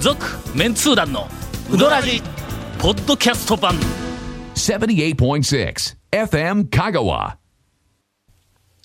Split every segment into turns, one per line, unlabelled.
続メンツー団のウドラジポッドキャスト版
78.6 FM Kagawa.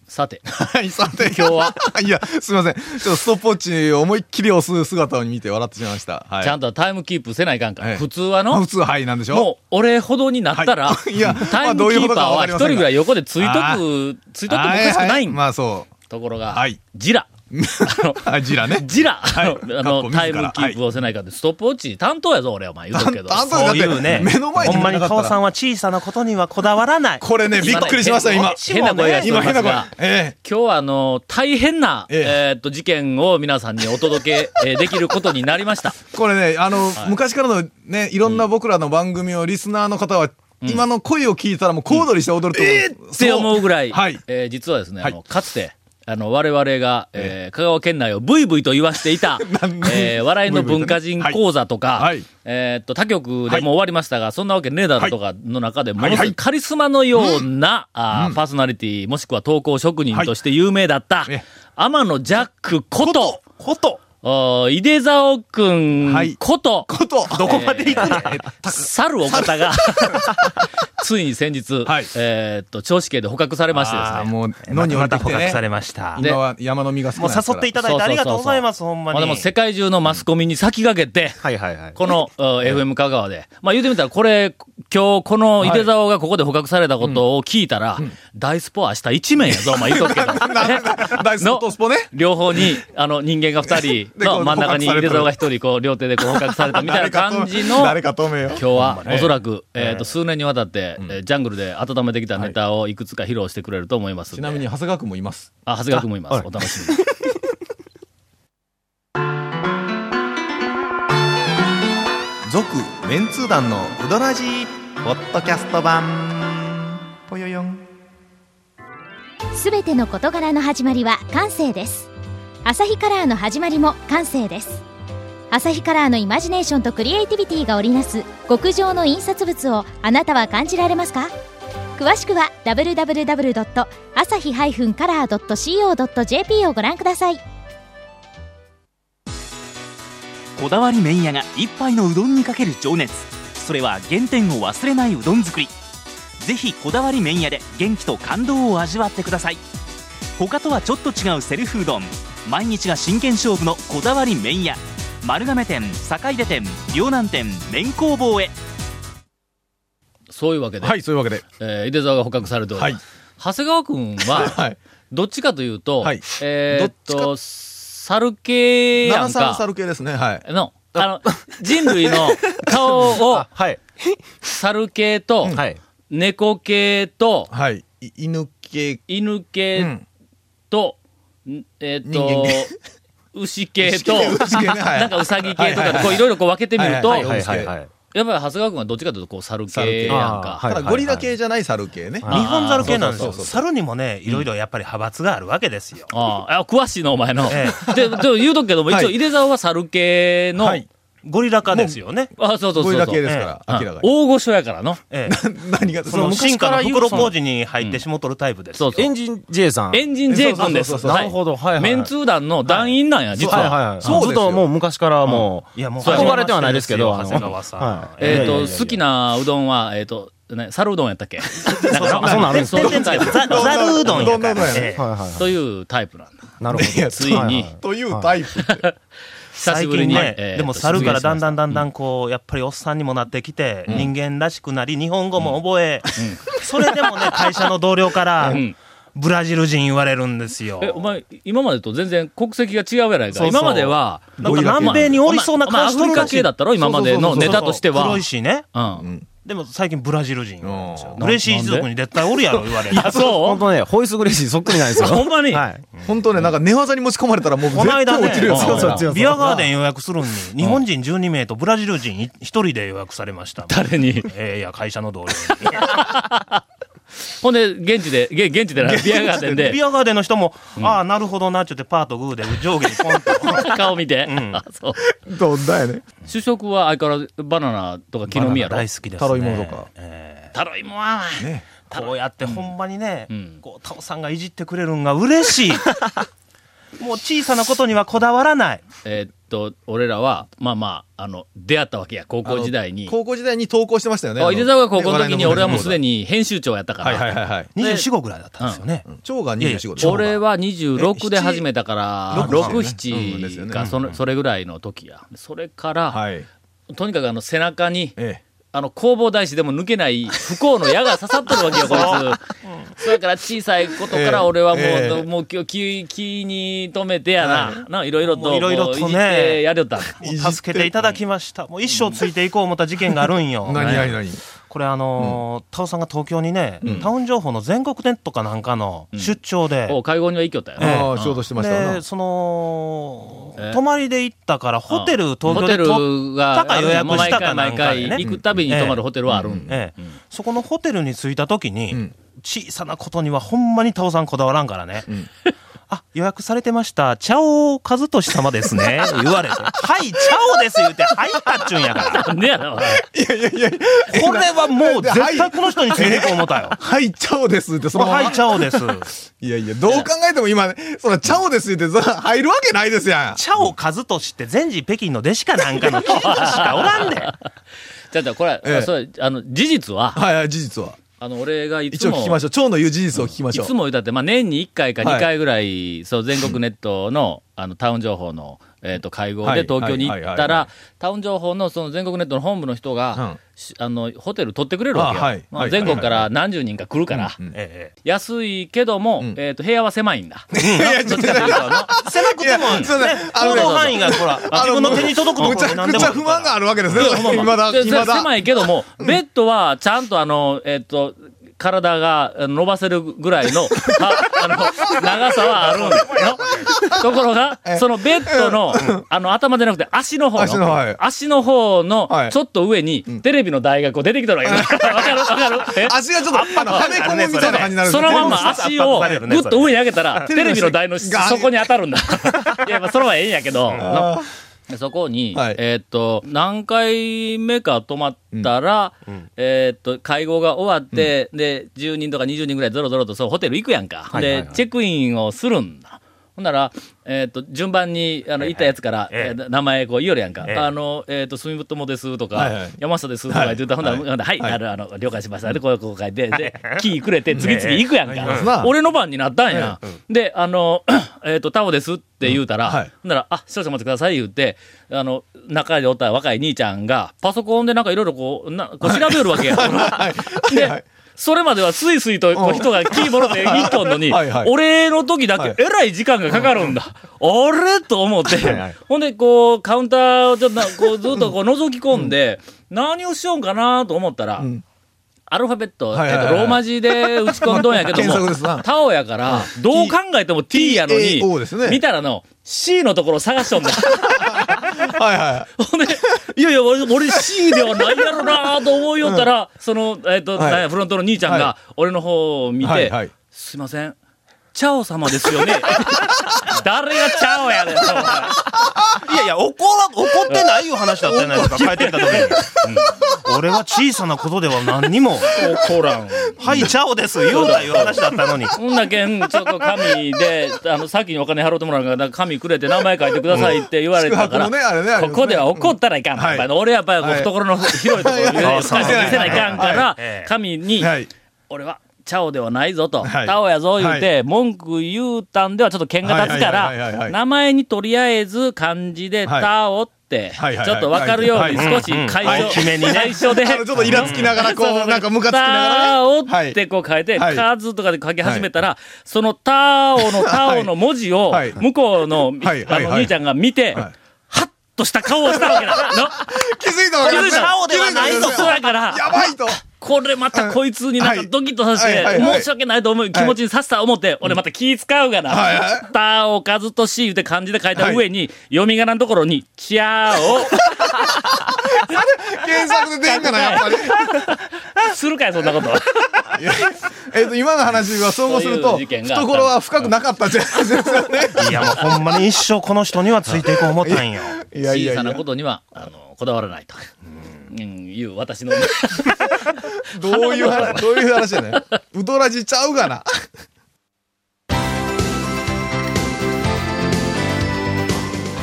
さて
はい、さて。
今日は。
いや、すみません。ちょっとストップウォッチを思いっきり押す姿を見て笑ってしまいました。はい。
ちゃんとタイムキープせないかんから、
はい
普通は
まあ
の
普通ははいなんでしょ
もう俺ほどになったら、
はいいや
タイ
まあど
ム
う
キ
いう
ー
こと
パー
か
は
わか
一
りませ
人
んが
ぐらい横でついと
あ
く
ー
ついとくもおかしくな
はいい
ん
まあそ
ところが、
はい
ジラあの
う。あ、ジラね。
ジラ、
はい
あのあ
かっこ
の
自ら
タイムキープをせないかんで、ストップウォッチ担当やぞ俺お前言うとくけど
担当
そういうね、
目の前に
ほんまに
なか
顔
ったら
さんは小さなことにはこだわらない。
これね、びっくりしました、今。
変な声がしてお
今
りま
変
す
な声
が。
ええ。
今日はあの大変な、え
ええ
ーっと事件を皆さんにお届け、えーできることになりました。
これね、あの、昔からのね、いろんな僕らの番組をリスナーの方は、今の声を聞いたらもう小躍りして踊ると思う。え
って思うぐらい、
はい。
えー実はですね、
はい
あのかつて、あの、我々が、えー香川県内をブイブイと言わしていた
何、
えー笑いの文化人講座とか、
はいはい
えーっと、他局でもう終わりましたが、そんなわけねえだろとかの中で、ものすごいカリスマのような、あーパーソナリティ、もしくは投稿職人として有名だった、
ええ
天野ジャックこと、
こと。
お井出沢くん
はい
こと、
こと。どこまで行くの
猿お方が、 ついに先日、
はい
えーっと、銚子系で捕獲されましてですね。
あーもう、野
ま
に降り
たま
て
た
き
捕
て
獲
ね
さ。れました。
今は山の実が少
も
ない
う
ですか
誘
ら
っていただいてありがとうございます、ほん
ま
ま
あ
に。
でも世界中のマスコミに先駆けて、
はいは いはい。
この、うん FM 香川で、まあ言うてみたら、これ、今日この井出沢がここで捕獲されたことを聞いたら、大スポは明日一面やぞ、お前言うとくけど。
大スポとスポね。
両方に、あの、人間が二人
でこ
の
う
真ん中に井出沢が一人、こう、両手でこう捕獲されたみたいな感じの、
誰か止めよ。
今日はおそらく、えっと、数年にわたって、えージャングルで温めてきたネタをいくつか披露してくれると思いますんで。
ちなみに、長谷川君もいます。
あ、長谷川君もいます。お楽しみに。
続、メンツー団のうどらじポッドキャスト版。ぽよよん。
すべての事柄の始まりは感性ですアサヒカラーの始まりも感性ですアサヒカラーのイマジネーションとクリエイティビティが織りなす極上の印刷物をあなたは感じられますか詳しくは www.asahi-color.co.jp をご覧ください
こだわり麺屋が一杯のうどんにかける情熱それは原点を忘れないうどん作りぜひこだわり麺屋で元気と感動を味わってください他とはちょっと違うセルフうどん毎日が真剣勝負のこだわり麺屋丸亀店坂出店両南店麺工房へ
そういうわけで、
はい、そういうわけで。
えー井出沢が捕獲されております。長谷川君は、
はい。
どっちかというと、
はい
えーっ
ど
と、猿系や
七
ん
三
か、
猿系ですね。はい。
の、あの、人類の顔 を、
はい。
猿系と、
はい。。
猫系と、
はい。い犬系。
犬
う
系
ん。
と、んえーっ
人
と
間系、
牛系と、
牛系ねはい
なんかウサギ系と
はいはい
か、
はい
こういろいろこう分けてみると、
は
や
い
っ
は
ぱ
い
り
はいはい
長谷川君はどっちかというと、こう、猿
猿
系
系
やん
あ
か。
ー
た
はい
だゴリラ系じゃない猿系ね。
あー
日本猿系なんです
そう
よ。
そうそう
猿にもね、いろいろやっぱり派閥があるわけですよ。
ああ、あ詳しいの、お前の。
え
で、でも言うとくけども、一応、
はい
井出沢は猿系の、
はい。
ゴリラ化ですよね。
あ、そうそうそうそう。
ゴリラ系ですか
うん
ら、明らかに。
大御所やからの。
ええ。
何が、
そ
そ
の
の
進
昔
化
か
の
ら言う
袋小路に入ってしもとるタイプです
そう
よ。
そう。エンジン
J さん。
エンジン J 君です。
そうそうそうそう
はい
なるほどはいはいは
メ
い
ンツー団の団員なんや、実
はい
は。
はいはい。
そうですよ
ずっともう昔からもう、
いやもう
そう
憧れてはないですけど、
長谷川さん
は
えっ
いやいやい
と、
やいや
好きなうどんは、えっと、ね、猿うどんやったっけなんか
あそんなんあるんですか
そういうタイプ
ザザルうどん
どんなう
やか
どん
ら
やね
ええ
はいは
というタイプなんだ。
い。なるほ
いや
ど。
ついに
は
というタイプって。
久し
最
ぶり
近
に。
ね、
えー
でも猿からだんだんだんだ
うん
んこう、やっぱりおっさんにもなってきて、人間らしくなり、日本語も覚え、それでも ね、会社の同僚から
ん、
ブラジル人言われるんですよ。
え、お前、今までと全然国籍が違うやないか。
そうそう
今までは、
なんか南米におりそうな感じ
お前アフリカ系だったろ今までのネタとしては。
黒いしね。
うん。
でも最近ブラジル人言われるんですよ
う。ん
グレシー一族に絶対おるやろ言われる。
あ、
い。
そ
本
う
当ね、ホイスグレシーそっくりなんですよ。
ほんまに
はい。
本当ね、なんか寝技に持ち込まれたらもう
こ
絶
の
対
間ね
落ちるやつだ
そうそう
から
そう
ビアガーデン予約するのに、日本人12名とブラジル人1人で予約されました。
誰に。
ええいや、会社の同僚
ほんで、現地で、げ現地でな、ビアガーデン
に。
で
ビ、アガーデンの人も、ああ、なるほどな、って言って、パーとグーで上下にポンと。
顔見て。
ん
あそう
どんだよね。
主食は相変わらずバナナと か木の実やろ
バナナ大好きですね。
タロイモとか
え
タロイモは、
ね
えこうやってほんまにね、
うん
こう、タオさんがい じってくれるんが嬉しい。もう小さなことにはこだわらない。
えーっと俺らは、まあまあ、あの、出会ったわけや、高校時代に。
高校時代に投稿してましたよね。
あ井出沢が高校の時に俺はもうす
に。
でに編集長やったか
はいはい
ら。
はいはい。
24号ぐらいだったんですよね。
長が24号
俺は26で始めたから、
え
6、
七うんですよ
7
ね
がそのそれぐらいの時や。それか
は
ら、
い。
とにかくあの背中に、
ええ。
あの、工房大師でも抜けない不幸の矢が刺さってるわけよ、こいつ。それから小さいことから俺はもう、
ええ
もう今日気、気に留めてやな、な、いろいろと、
もういろいろとね
こうじってやりよった。
もう助けていただきました。もう一生ついていこう思った事件があるんよ。
何何何
これあのー、タオさんが東京にね、タウン情報の全国ネットかなんかの出張で、
お会合には行きよったよ。
ええ
ああ、仕事してましたよな
で、。その
え、
泊まりで行ったから、ホテル、
ホ
東京
テ
でと
ルが、
高い予約
毎
したか
回
なん
毎
か
回
でね
行くたびに泊まるホテルはあるんだ。
ええそこのホテルに着いた時に、
ん
小さなことにはほんまにタオさんこだわらんからね。あ、予約されてました。チャオ和俊様ですね。言われて。はい、チャオです言うて、入ったっちゅうん やから。
なんでやろ、おい
これはもう絶対この人についていこう思ったよ。
はい、チャオですって、そのまま
はい、チャオです。
いやいや、どう考えても今、ね、そら、チャオですって、そら、入るわけないですやん。
チャオ和俊って全治北京の弟子かなんかの貴族しかおらんで。
じゃあじゃあこれ、
ええ
それあの、事実は、
はいはい、事実は。
あの、俺がいつ
一応
も、
聞きましょう。蝶の言う事実を聞きま
い
しょう。
つも言うたって、まあ、年に1回か
はい
2回ぐらい、そう、全国ネット の、あの、タウン情報の、えっ、と、会合
はい
で東京に行
は
っ
いは
た
いはいは
ら、タウン情報の、その全国ネットの本部の人が、しあの、ホテル取ってくれるわけよ。
あはい
まあ
はい
全国から何十人か来るから、
ええ
安いけども、えっ、と、部屋は狭いん だ。どっちかというとあの
狭くても、
い
ね
やそうだ、あの
行
ね
動範囲がほら、自分の手に届くところ
むちゃ
に何
く
で
ち
も
ゃ
あ
不満
るから
があるわけですね。今だ、
でせ
今だ。
狭いけども、ベッドはちゃんとあの、えっ、と、体があの伸ばせるぐらい の、はあの、長さはあるんよ。ところが、そのベッドの、あの、頭じゃなくて足の方の、
足のはい
足の方の
は、い
ちょっと上に、テレビの台がこう出てきたのがいる。わかるわ かるえ
足がちょっと、あの、はめ込むみたいな感じになるんです
そ
ね
のまんま足をぐっと上に上げたら、テ
れ
レビの台の
が
そこに当たるんだ。いや、まあ、それはええんやけど、なそこに、
はい
えーっと、何回目か泊まったら、えーっと、会合が終わって、で、10人とか20人ぐらいゾロゾロとそうホテル行くやんか。
いはい
で、チェックインをするんだ。ほんなら、えーっと、順番に、あの、行ったやつから、
え
えー名前こう言いよるやんか。
ええ
あの、えーっと、住友ですとか、
はいはい
山下ですとか言ってた、ほんなら、ほんならはい、ある、あの、了解しました。で、こう、こう書いて、で、キーくれて、次々行くやんか。
すな
俺の番になったんや。で、あの、 えっと、タオですって言うたら、
うんはい
ほんなら、あ、少々お待ちください言うて、あの、中でおった若い兄ちゃんが、パソコンでなんかいろいろこう、な、こう調べよるわけ や。で、それまではスイスイとこう人がキーボードで行っとんのに、
はいはい
俺の時だけえらい時間がかかるんだ。あれと思って、ほんで、こう、カウンターをちょっとな、こう、ずっとこう覗き込んで、何をしようかなと思ったら、アルファベット、
はいはいはい
えっと、ローマ字で打ち込んどんやけど
検索です
も、
な
タオやから、どう考えても T やのに
TAO です、ね
見たらの、C のところ探しとん だ。
はいは
ほんで、いやいや、俺、俺 C ではないやろなと思いよったら、その、えっ、と、
はい
なんやフロントの兄ちゃんが
は、
俺の方を見
い。
て、
はいはい。
すいません、チャオ様ですよね。 誰がチャオやねんと。
いやいや、怒ら、怒ってないいう話だったじゃないですか、帰ってきた時 に。うん俺は小さなことでは何にも、
怒らん。
はい、チャオです、言うないう話だったのに。
そんなけん、ちょっと紙で、あの、先にお金払うてもらうから、なんか紙くれて名前書いてくださいって言われたから、
うん宿泊のねあれねあれ
ここでは怒ったらいかん。
はい
やっぱり俺やっぱりこう
はい
懐の広いところで、
はい
見せないかんから
はい、
紙に、
はい。
俺は、チャオではないぞと、
はい
タオやぞ言うて、文句言うたんではちょっと剣が立つか
はいはいはいはいは
ら、
い
名前にとりあえず漢字で
はい
タオって、
はいはいはい
ちょっとわかるように
はい
少し解
はい
消、
決めにね
最初で、
あの、ちょっとイラつきながら、こう、なんかムカつきなが
タオ
らね。
ってこう書いて、
はい
カズとかで書き始めたら、そのタオのタオの文字を
はい、
向こうの、
はい
あ
はい
の、
はい
兄ちゃんが見て、
はい
はっとした顔をしたわけだ。 の
気づいたわけ
気づいた
チャオではないぞ
そうだ から、
やばいと。
これまたこいつになんか
はい
ドキッとさせて
はい、はいはい
申し訳ないと思う気持ちにさせた思って、俺また気使うが
はいは
な。たおかずとし言うて漢字で書いた上に、読み仮名のところに、ちゃ
検索で出んかな、やっぱり。
お、する かい、そんなこと。
えっと、今の話は総合する
そういう
と、
事件があった
懐は深くなかったじゃないですかね。
いや、もうほんまに一生この人にはついていこう思ったんよ。
いやいや
小
い
さな
や
こ。とには、あの、こだわらないと。うん、いう私の。
どういう話、どういう話だね。ウドラジちゃうがな。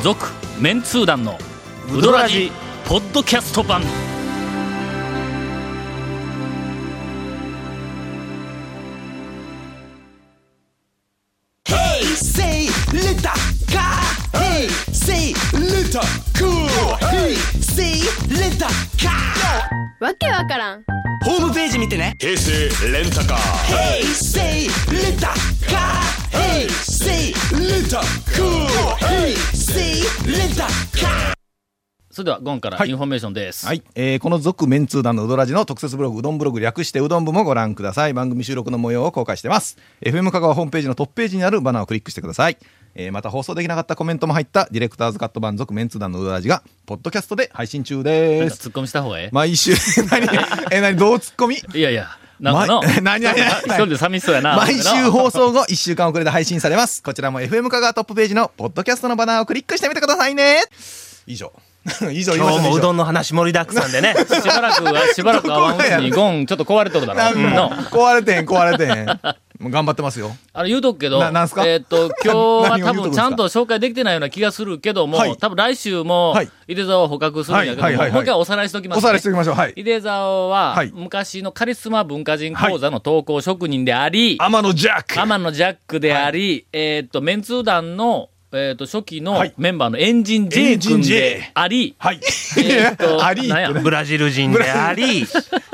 続メンツー団のウドラジポッドキャスト版
わけわからん
それではゴンからインフォメーションです、
はい、えーこの続メンツー団のうどらじの特設ブログうどんブログ略してうどん部もご覧ください番組収録の模様を公開してます FM 香川ホームページのトップページにあるバナーをクリックしてください、えーまた放送できなかったコメントも入ったディレクターズカット版続メンツー団のうどらじがポッドキャストで配信中
なん
で
か
す
ツッコミした方がえ
毎週 何え何どうツッコミ
えいやいやなんかの
毎 何々
一人で寂しそうやな
毎週放送後1週間遅れで配信されますこちらも FM 香川トップページのポッドキャストのバナーをクリックしてみてくださいね以上 以上言いまし
今
た
日
ね
も
以
うど
上
んの話盛りだくさん でね。
しばらくはしばらく会わんうちにゴンちょっと壊れとるだろ
なんも
の
う壊れてん壊れてんもう頑張ってますよ
あの言うとくけど、
ななんすか
えーっ と、今日は
何を
多
言うとくん
分
ですか
ちゃんと紹介できてないような気がするけども、
はい
多分来週も
はい、
井出沢を捕獲するんやけども、
はいはいはいはい
もう一回おさらいしときます、ね。
おさらいしておきましょうはい
井出沢は、
はい
昔のカリスマ文化人講座の投稿職人であり、
天野ジャック
天野ジャックであり、えーっと、メンツー団の、えーっと、初期の
はい
メンバーのエンジン
エ
J
ンジ
君
ン J
であり、
はい
えーっと
ありって
なんや
ね
ブラジル人であり、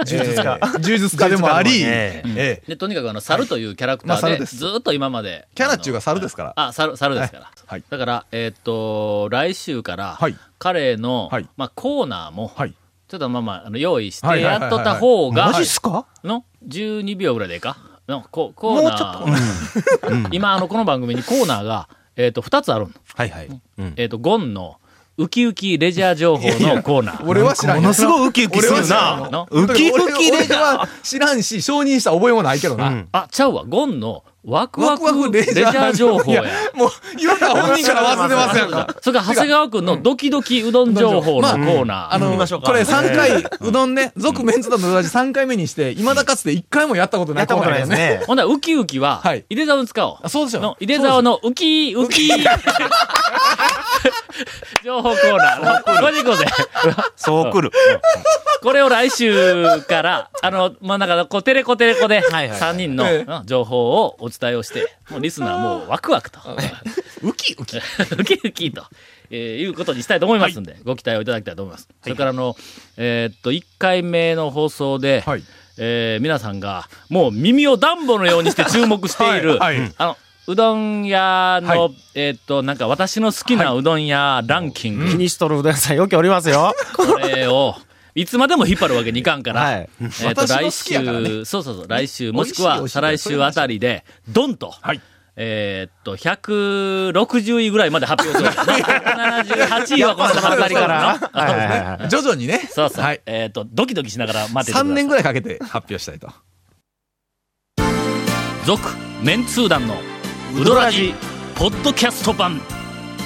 柔術家柔術家でもあり
ええ
ええ
でとにかくあの猿というキャラクタ
まあ
ー
猿
で、
です
ずーっと今まで。
キャラっちゅうか猿ですから
あ、猿、猿ですから。
はい
だから、えーっと、来週から、
はい
彼の、
はい
まあ、コーナーも、
はい
ちょっとまあまあ、あの用意して
はいはい
や
はいは
っ
い
とった方が、
マジっすか
の、12秒ぐらいでいいかのココーナー、 今、あの、この番組にコーナーが、えーっと、2つあるの。
はいはい。うん
えーっと、ゴンの、ウキウキレジャー情報のコーナー。
俺は知らんよ
ものすごいウキウキするな。
の
ウキウキレジ
俺は知らんし承認した覚えもないけどな、
あ、ちゃうわ、ゴンの、ワクワ
ワクワ
ク
ク
レ
レ
ジ
ジ
ャ
ャ
ー
ー
情
情
報
報
や
や。もう言うたら本人から忘れますやんか
それから長谷川君のドキドキうどん情報のコーナー。
あの、
ましょうか
これ3回、うどんね、続メンツだのうどじ3回目にして、いまだかつて1回もやったことない。
やったことないです。ね。
ほんなら、ウキウキは
はい、
井出沢に使おう。
あそうでしょ
の、井出沢のウキウキ。 情報コーナー。これでいこうぜ。
そう来る。
これを来週から、あの、まあ、なんか、こう、テレコテレコで、3人の
え
うん情報をお伝えをして、もうリスナーもうワクワクと。ウキウキ。 ウキウキと、えーいうことにしたいと思いますんで、ご期待をいただきたいと思います。それから、あの、えーっと、1回目の放送で、
はい
えー皆さんが、もう耳を暖房のようにして注目している、
はいはい
あの、うどん屋の、
は
えーっと、なんか私の好きなうどん屋ランキング、
気にしとるうどん屋さんよくおりますよ。
これを、いつまでも引っ張るわけにいかんから、
はい
えっ、と、
私の
来
好きやからね
週、そうそうそう、来週、もしく
美
は
味しい
再来週あたりで、ドンと、
はい
えーっと、160位ぐらいまで発表する。178位はこのままりからな。
はいはいはい。
徐々にね。
そうそう。
はい。
えーっと、ドキドキしながら待っててくださ
3
い。
年ぐらいかけて発表したいと。
続メンツー団のウドラジポッドキャスト版